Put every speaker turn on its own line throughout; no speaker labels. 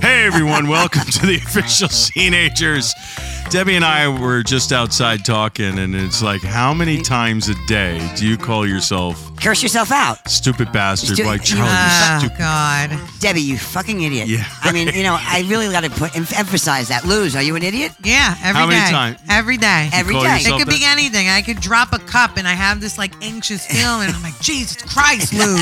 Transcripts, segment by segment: Hey everyone, welcome to the official teenagers. Debbie and I were just outside talking, and it's like, how many times a day do you call yourself
Curse yourself out.
stupid bastard
Stu-
like Charlie? you
Oh
stupid.
God!
Debbie, you fucking idiot.
Yeah,
I mean, you know, I really got to put em- emphasize that. Lose, are you an idiot?
Yeah, every day.
How many times?
Every day.
Every
call
day.
yourself
it could be
that?
anything. I could drop a cup, and I have this like anxious feeling. I'm like, Jesus Christ, Lou!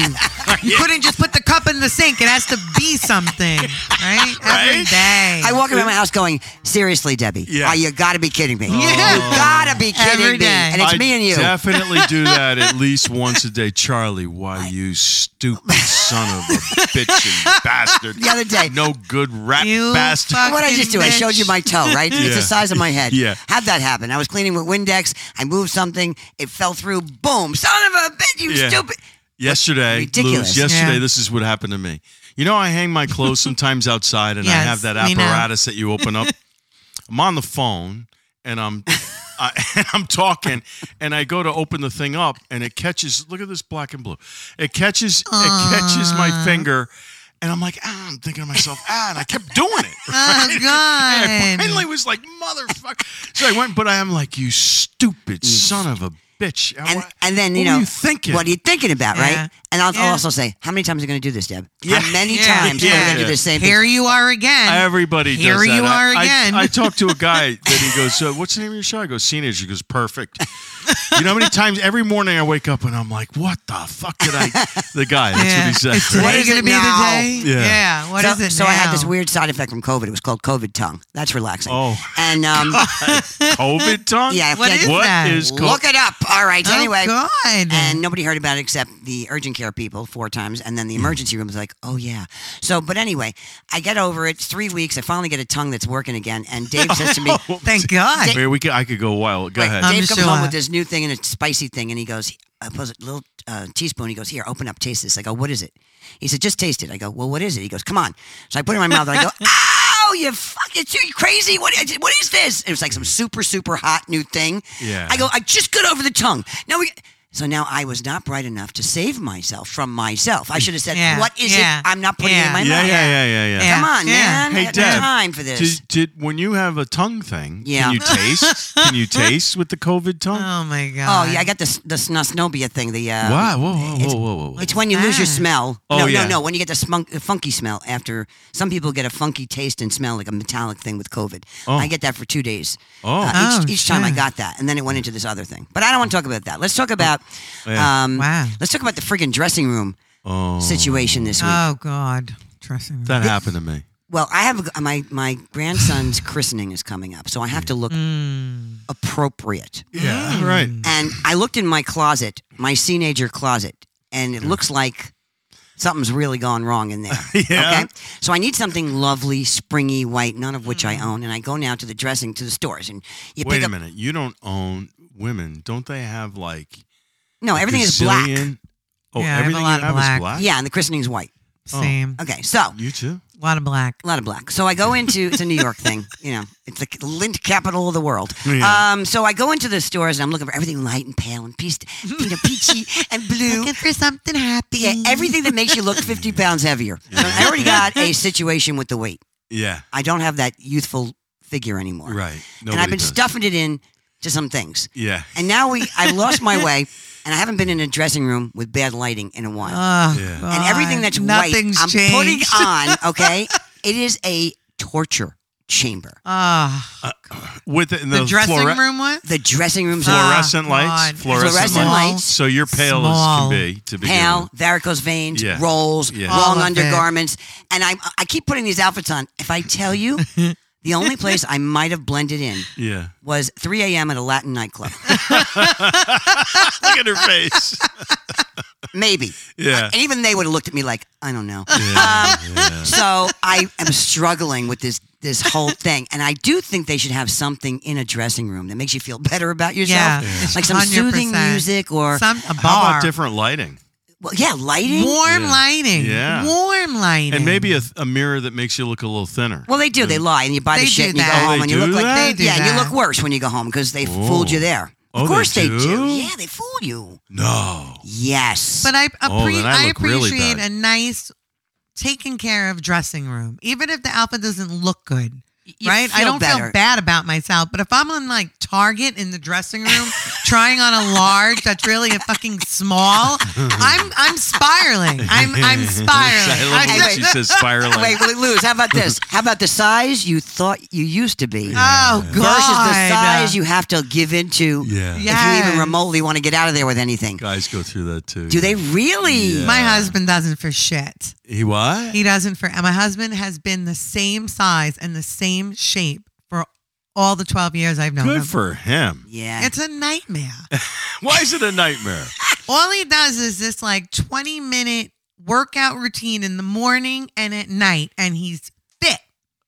You couldn't just put the cup in the sink. It has to be something, right? Every
Right?
day.
I walk around my house going, seriously, Debbie,
Yeah.
oh, you got to be kidding me. You
Yeah.
got to be kidding
Every
me.
day.
And it's
I
me and you.
definitely do that at least once a day. Charlie, why you stupid son of a bitch and bastard.
The other day-
No good rat
You
bastard.
fuck-
what I just do, I
Bitch.
showed you my toe, right? It's the
Yeah.
size of my head.
Yeah.
How'd that happen? I was cleaning with Windex. I moved something. It fell through. Boom. Son of a bitch, you
Yeah.
stupid.
Yesterday,
Ridiculous.
Louis, yesterday,
Yeah.
this is what happened to me. You know, I hang my clothes sometimes outside and I
Yes,
have that
we know.
apparatus that you open up. I'm on the phone and I'm I, and I'm talking and I go to open the thing up and it catches look at this black and blue. It catches it catches my finger and I'm like, ah, I'm thinking to myself, ah, and I kept doing it.
Oh,
right?
God.
And I finally was like, motherfucker. So I went, but I am like, you stupid son of a bitch.
And, and then, you
what
know,
were you thinking?
what are you thinking about,
Yeah.
right? And I'll, I'll
Yeah.
also say, how many times are you going to do this, Deb? How
Yeah.
many
Yeah.
times are you going to
Yeah.
do the same thing?
Here you are again.
Everybody
Here
does that.
you
I-
are
I-
again.
I, talked to a guy that he goes, uh, "What's the name of your show?" I go, "Teenager." He goes, "Perfect." You know how many times every morning I wake up and I'm like, "What the fuck did I?" The guy. That's
yeah.
what he
Is
said.
What
today
is
going
it
to be
now?
the day?
Yeah.
Yeah. What is
so,
it
so I had this
now?
weird side effect from COVID. It was called COVID tongue. That's relaxing.
Oh.
and um,
COVID tongue.
Yeah,
What
yeah,
is
What
that?
is co-
look it up. All right.
Oh,
anyway,
God.
and nobody heard about it except the urgent care people four times, and then the emergency room was like, "Oh yeah." So, but anyway, I get over it. It's three weeks. I finally get a tongue that's working again. And Dave says to me,
Thank God.
Maybe we could, I could go wild. Go
Wait,
ahead.
I'm
Dave comes
sure.
home with this new thing and it's spicy thing, and he goes, I put a little uh, teaspoon. He goes, here, open up, taste this. I go, what is it? He said, just taste it. I go, well, what is it? He goes, come on. So I put it in my mouth and I go, ow, you fucking you crazy. What, is- what is this? It was like some super, super hot new thing.
Yeah.
I go, I just got over the tongue. Now we. So now I was not bright enough to save myself from myself. I should have said,
Yeah,
what is
yeah,
it? I'm not putting it in
yeah.
my
yeah, yeah,
mouth.
yeah, yeah, yeah.
Yeah.
Come on,
Yeah.
man. I
Hey,
have no
Deb.
time for this.
Did, did when you have a tongue thing?
Yeah.
Can you taste? can you taste with the COVID tongue?
oh my
oh,
God.
yeah, I got the, the snusnobia thing. The uh,
wow! Whoa! Whoa! Whoa! Whoa! Whoa! whoa.
It's when you lose your
Ah.
smell.
Oh,
no,
yeah.
no, no. When you get the, smunk, the funky smell after some people get a funky taste and smell, like a metallic thing with COVID.
Oh.
I get that for two days.
Oh.
Uh, each
Oh,
each time I
shit.
got that. And then it went into this other thing. But I don't want to talk about that. Let's talk about
Oh. Yeah.
um,
Wow.
let's talk about the friggin' dressing room
Oh,
situation this week.
Oh God. Trust me.
that happened to me.
well, I have a, my my grandson's christening is coming up, so I have to look
Mm.
appropriate.
Mm.
Yeah. Right.
And I looked in my closet, my teenager closet, and it looks like something's really gone wrong in there.
Yeah.
Okay. So I need something lovely, springy, white, none of which I own. And I go now to the dressing to the stores, and you
Mm-hmm. Wait
pick
a
up.
minute. You don't own women. Don't they have like
No, everything is black.
gazillion- Oh,
Yeah, I have a
everything
lot
you
of
have
black.
is black.
Yeah, and the christening's white.
Oh.
Same.
Okay, so a
You too.
A lot of black.
lot of black. So I go into it's a New York thing, you know, it's the lint capital of the world.
Yeah.
Um, so I go into the stores and I'm looking for everything light and pale and peached, you know, peachy and blue.
for something happy.
Yeah, everything that makes you look 50 pounds heavier. So I already got a situation with the weight.
Yeah.
I don't have that youthful figure anymore.
Right. Nobody
and I've been
does.
stuffing it in to some things.
Yeah.
And now we, I've lost my way, and I haven't been in a dressing room with bad lighting in a while.
Oh,
Yeah. And
and everything that's
Nothing's
white, I'm
changed.
putting on. Okay, it is a torture chamber.
Ah,
With the,
the, dressing
fluore-
room one.
The dressing rooms are
fluorescent
Ah, God.
lights. Fluorescent,
Fluorescent
lights.
lights.
So you're pale
Small.
as can be to begin
pale,
with.
varicose veins,
Yeah.
rolls,
Yeah.
long
All of it.
undergarments, and I, I keep putting these outfits on. If I tell you, the only place I might have blended in
Yeah.
was 3 a.m. at a Latin nightclub.
Look at her face.
Maybe.
Yeah.
And even they would have looked at me like, I don't know.
Yeah. yeah.
So I am struggling with this this whole thing, and I do think they should have something in a dressing room that makes you feel better about yourself,
Yeah, Yeah.
like some soothing
100%.
music or
Some a bar.
How about different lighting?
well, yeah, lighting.
warm
Yeah.
lighting?
Yeah.
warm lighting.
And maybe a, a mirror that makes you look a little thinner.
Well, they do. They lie, and you buy the
They
shit, and
do
you go
that.
home,
Mm. They
and you look
do
like
that?
They do
yeah, and you
that.
look worse when you go home because they fooled
Oh.
you there.
Oh,
of
they
course they,
do?
Yeah, they fool you.
no.
Yes.
But I,
Oh,
appre-
then I
I
look really
appreciate
bad.
a nice taken care of dressing room, even if the outfit doesn't look good.
you
right? I
feel
don't
better.
feel bad about myself, but if I'm in like Target in the dressing room trying on a large that's really a fucking small, I'm I'm spiraling. I'm I'm spiraling.
I love
I'm
when
Wait,
she
just-
says spiraling.
Wait, wait, Luz, how about this? How about the size you thought you used to be
oh god.
versus the size you have to give into
Yeah.
if you
Yes.
even remotely want to get out of there with anything?
Guys go through that too.
Do they really?
Yeah.
My husband doesn't for shit.
He what?
He doesn't for and my husband has been the same size and the same shape for all the 12 years I've known him.
Good for him.
Yeah.
it's a nightmare.
Why is it a nightmare?
all he does is this like 20 minute workout routine in the morning and at night and he's fit.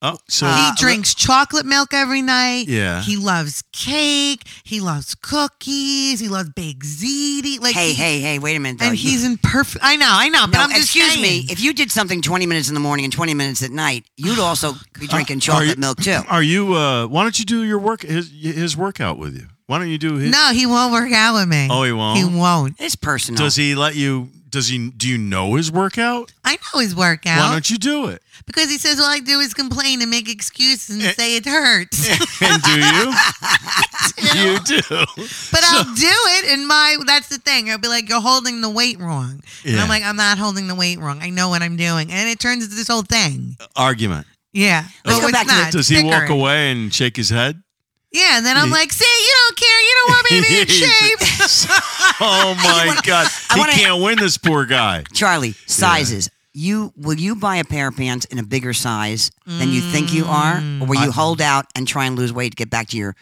Oh, so
Uh,
he drinks chocolate milk every night.
Yeah.
He loves cake. He loves cookies. He loves baked ziti. Like
hey,
he-
hey, hey, wait a minute. Though.
And
You-
he's in perfect. I know, I know, but
No,
I'm just
excuse me.
saying.
If you did something 20 minutes in the morning and 20 minutes at night, you'd also be drinking chocolate
you-
milk too.
are you? Uh, why don't you do your work his his workout with you? Why don't you do his?
No, he won't work out with me.
Oh, he won't?
He won't.
It's personal.
Does he let you? Does he? Do you know his workout?
I know his workout
Why don't you do it?
because he says all I do is complain and make excuses and
Eh.
say it hurts.
And do you? you do.
But I'll do it, and my that's the thing. I'll be like, "You're holding the weight wrong," and
Yeah.
I'm like, "I'm not holding the weight wrong. I know what I'm doing," and it turns into this whole thing.
Argument.
Yeah,
Uh, Let's go
it's
back to the-
not.
Does he walk
Bickering.
away and shake his head?
Yeah, and then I'm
Yeah.
like, "See, you don't care. You don't want me to be in shape."
oh my God!
I
He
wanna-
can't win this poor guy.
Charlie, sizes. You will you buy a pair of pants in a bigger size than you think you are, or
Mm.
will you hold out and try and lose weight to get back to your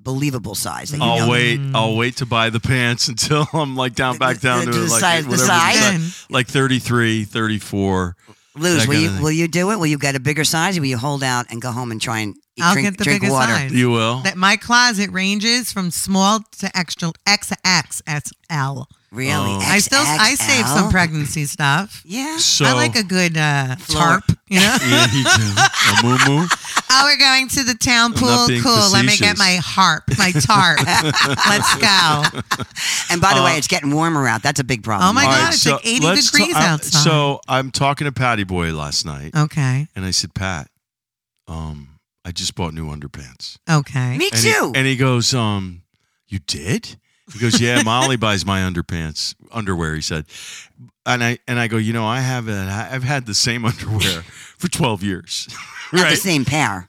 believable size? That you
I'll
know
wait. I'll wait to buy the pants until I'm like down back
The-
down
the-
to
the
like
size- the
whatever
size?
like 33, 34.
Lose.
that
Will
kind
you
of thing.
will you do it? Will you get a bigger size? Or will you hold out and go home and try and eat,
I'll
drink
get the
drink
biggest
water?
size.
You will.
That my closet ranges from small to extra XXXL.
Really?
Oh.
I still I save some
XXL?
pregnancy stuff.
Yeah.
so
I like a good uh,
Floor.
tarp, you know.
yeah, you do. A moo moo.
Oh, we're going to the town pool.
being
Cool. Let me get
facetious.
my harp, my tarp. Let's go.
And by the way, it's getting warmer out. That's a big problem.
Oh my
All
God,
right,
it's
so
like 80
let's ta-
degrees
I-
outside.
So I'm talking to Patty Boy last night,
Okay.
and I said, Pat, um, I just bought new underpants.
Okay.
Me
And
too.
he, and he goes, um, you did? He goes, yeah. Molly buys my underpants, underwear. He said, and I and I go, you know, I haven't. I've had the same underwear for 12 years,
Not the
right?
same pair.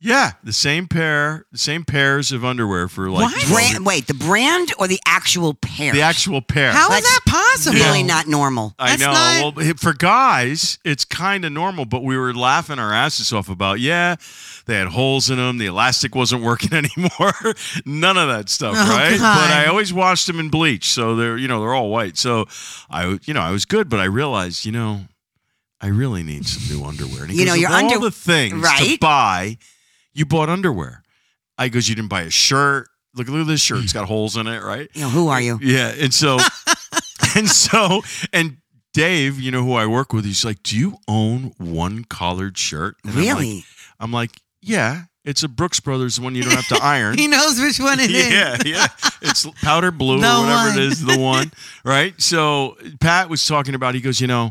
yeah, the same pair, the same pairs of underwear for like
What?
12 years.
Brand, wait, the brand or the actual pair?
the actual pair.
How is
That's
that possible?
really not normal.
I
That's
know.
not-
Well, for guys, it's kind of normal, but we were laughing our asses off about, yeah, they had holes in them. The elastic wasn't working anymore. None of that stuff,
Oh,
right?
God.
But I always washed them in bleach. So they're, you know, they're all white. So I, you know, I was good, but I realized, you know, I really need some new underwear. And he
You
goes,
know, your
"Of all
under-
the things to
Right.
buy, you bought underwear. I goes, you didn't buy a shirt. Look, look at this shirt. It's got holes in it, right?
You know, who are you?
Yeah, and so and so and Dave, you know who I work with, he's like, "Do you own one collared shirt?" And I'm like-
Really?
I'm like, "Yeah, it's a Brooks Brothers one you don't have to iron."
He knows which one it is.
yeah, yeah. It's powder blue
The
or whatever
one.
it is, the one, right? So Pat was talking about he goes, "You know,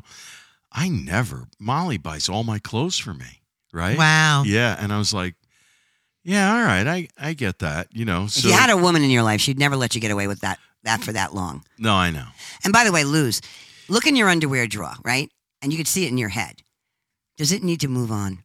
I never Molly buys all my clothes for me." Right?
Wow.
Yeah, and I was like, "Yeah, all right. I I get that, you know."
If
So
you had a woman in your life, she'd never let you get away with that that for that long.
No, I know.
And by the way, Luz, look in your underwear drawer, right? And you could see it in your head. Does it need to move on?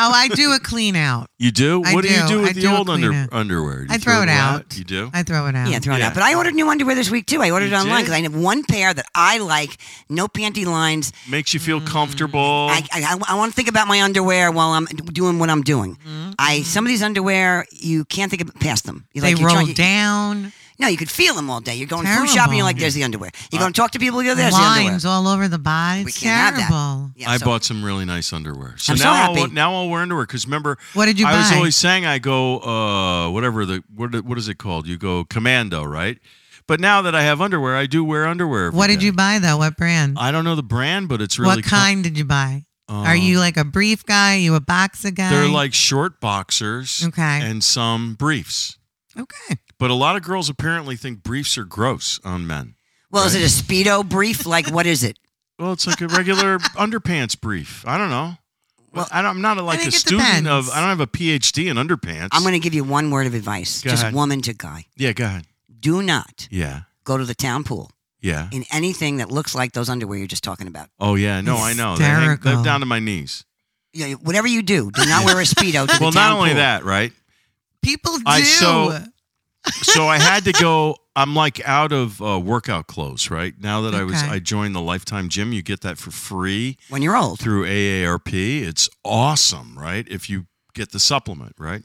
Oh, I do a clean out.
You do?
I
what do, you
do.
do
I
with the
do
old
clean
under,
it.
underwear? Do you
I throw it
them
out.
You do?
I throw it out.
Yeah, throw it
Yeah.
out. But I ordered new underwear this week too. I ordered
You
it online
did?
because I have one pair that I like, no panty lines.
Makes you
Mm-hmm.
feel comfortable.
I, I, I want to think about my underwear while I'm doing what I'm doing.
Mm-hmm.
I some of these underwear you can't think of, past them. You Oh,
They
you're
roll
trying-
down.
No, you could feel them all day. You're going food shopping. You're like,
Terrible.
there's the underwear.
Uh,
You're going to talk to people. You're there's the underwear.
Lines all over the body.
We
It's
can't have that.
terrible.
Yeah,
I
so-
bought some really nice underwear. So
I'm so
now I'll,
happy.
now I'll wear underwear because remember,
What did you
I was
buy?
always saying I go uh whatever the what what is it called? You go commando, right? But now that I have underwear, I do wear underwear. every
What did
day.
you buy though? What brand?
I don't know the brand, but it's really
what
com-
kind did you buy? Are
Um,
you like a brief guy? you a boxer guy?
They're like short boxers,
Okay.
and some briefs.
okay.
But a lot of girls apparently think briefs are gross on men.
Well, is it a speedo brief? Like, what is it?
Well, it's like a regular underpants brief. I don't know. Well, I don't, I'm not a, like a
think it
student of.
depends.
I don't have a PhD in underpants.
I'm going to give you one word of advice,
Go
just
ahead.
woman to guy.
yeah, go ahead.
Do not
Yeah,
go to the town pool
yeah.
in anything that looks like those underwear you're just talking about.
Oh yeah, no, I know. They hang, they're
Hysterical.
down to my knees.
Yeah, whatever you do, do not wear a speedo. To the
Well,
town
not only
pool.
that, right?
People do.
I- so- so I had to go. I'm like out of uh, workout clothes right now that I was.
Okay.
I joined the Lifetime Gym. You get that for free
When you're old,
through AARP. It's awesome, right? If you get the supplement, right?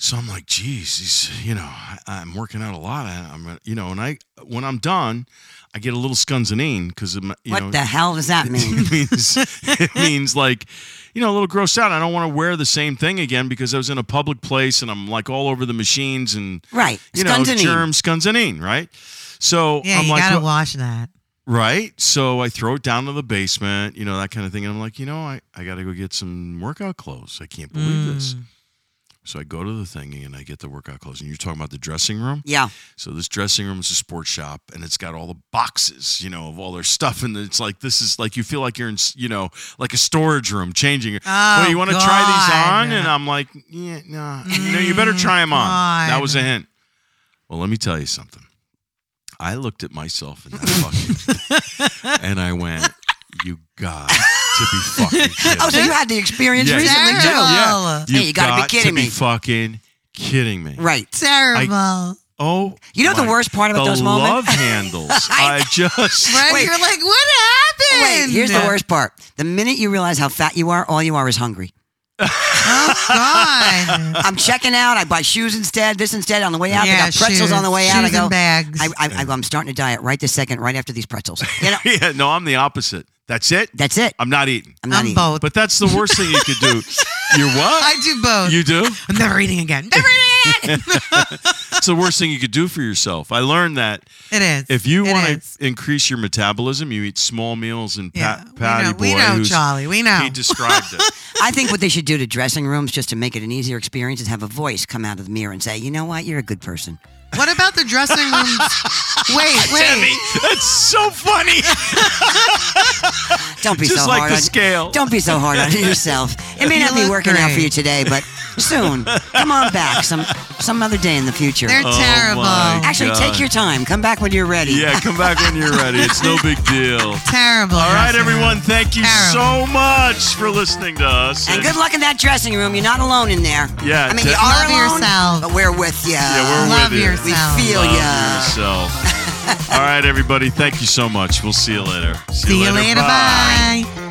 So I'm like, geez, these, you know, I, I'm working out a lot. I, I'm, gonna- you know, and I when I'm done, I get a little scunsonine because you
what
know,
the hell does that mean?
it means it means like you know a little grossed out. I don't want to wear the same thing again because I was in a public place and I'm like all over the machines and
right,
you know
Scunzanine.
germ scunsonine, right? So
yeah,
I'm
you
like
gotta
"Well,"
wash that.
right. So I throw it down to the basement, you know that kind of thing. And I'm like, you know, I I got to go get some workout clothes. I can't believe this. So I go to the thing and I get the workout clothes. And you're talking about the dressing room.
Yeah,
So this dressing room is a sports shop, and it's got all the boxes, you know, of all their stuff, and it's like this is like you feel like you're in, s- you know, like a storage room changing. it.
Oh,
well, you want to try
God.
these on, and I'm like, yeah, no, no, you
Mm,
better try them on. That was a hint. Well, let me tell you something. I looked at myself in that fucking, and I went, "You got to be fucking kidding."
Oh,
me."
so you had the experience
yeah,
recently
yeah,
too.
yeah.
Hey, you gotta be
got
kidding
to be
me.
fucking kidding me.
Right.
Terrible.
Oh,
You know the
my-
worst part about
the
those moments?
love handles. I just
right?
Wait.
You're like, what
Wait,
happened?
here's the worst part. The minute you realize how fat you are, all you are is hungry.
Oh God.
I'm checking out. I buy shoes instead, this instead on the way out. I got pretzels
shoes-
on the way out. I
shoes and
go,
bags.
I, I, I, am starting to diet right this second, right after these pretzels. You know,
yeah. No, I'm the opposite. That's it.
that's it.
I'm not eating.
I'm not
I'm
eating.
both.
But that's the worst thing you could do. You're what?
I do both.
You do?
I'm never eating again. Never eating again.
It's the worst thing you could do for yourself. I learned that
It is.
if you
It
want
is.
to increase your metabolism, you eat small meals and
yeah,
pat, Patty
we know,
Boy,
we know
who's-
Charlie. We know.
he described it.
I think what they should do to dressing rooms just to make it an easier experience is have a voice come out of the mirror and say, you know what, you're a good person.
what about the dressing rooms? wait,
Debbie,
wait.
that's so funny.
Don't be
Just
so
like
hard
the
on
scale.
Don't be so hard on yourself. It may
You
not be
look
working out for
great.
you today, but soon. Come on back some some other day in the future.
They're terrible.
my Oh, God.
Actually, take your time. Come back when you're ready.
yeah, come back when you're ready. It's no big deal.
Terrible.
All right,
dressing
everyone.
rooms.
Thank you so
Terrible.
much for listening to us.
And good luck in that dressing room. You're not alone in there.
Yeah,
I mean, you
de-
are
Love
alone,
yourself.
But we're with you.
Yeah, we're
Love
with you.
We
yourself.
feel
Love
ya.
yourself. All right, everybody. Thank you so much. We'll see you later.
See you later. Bye.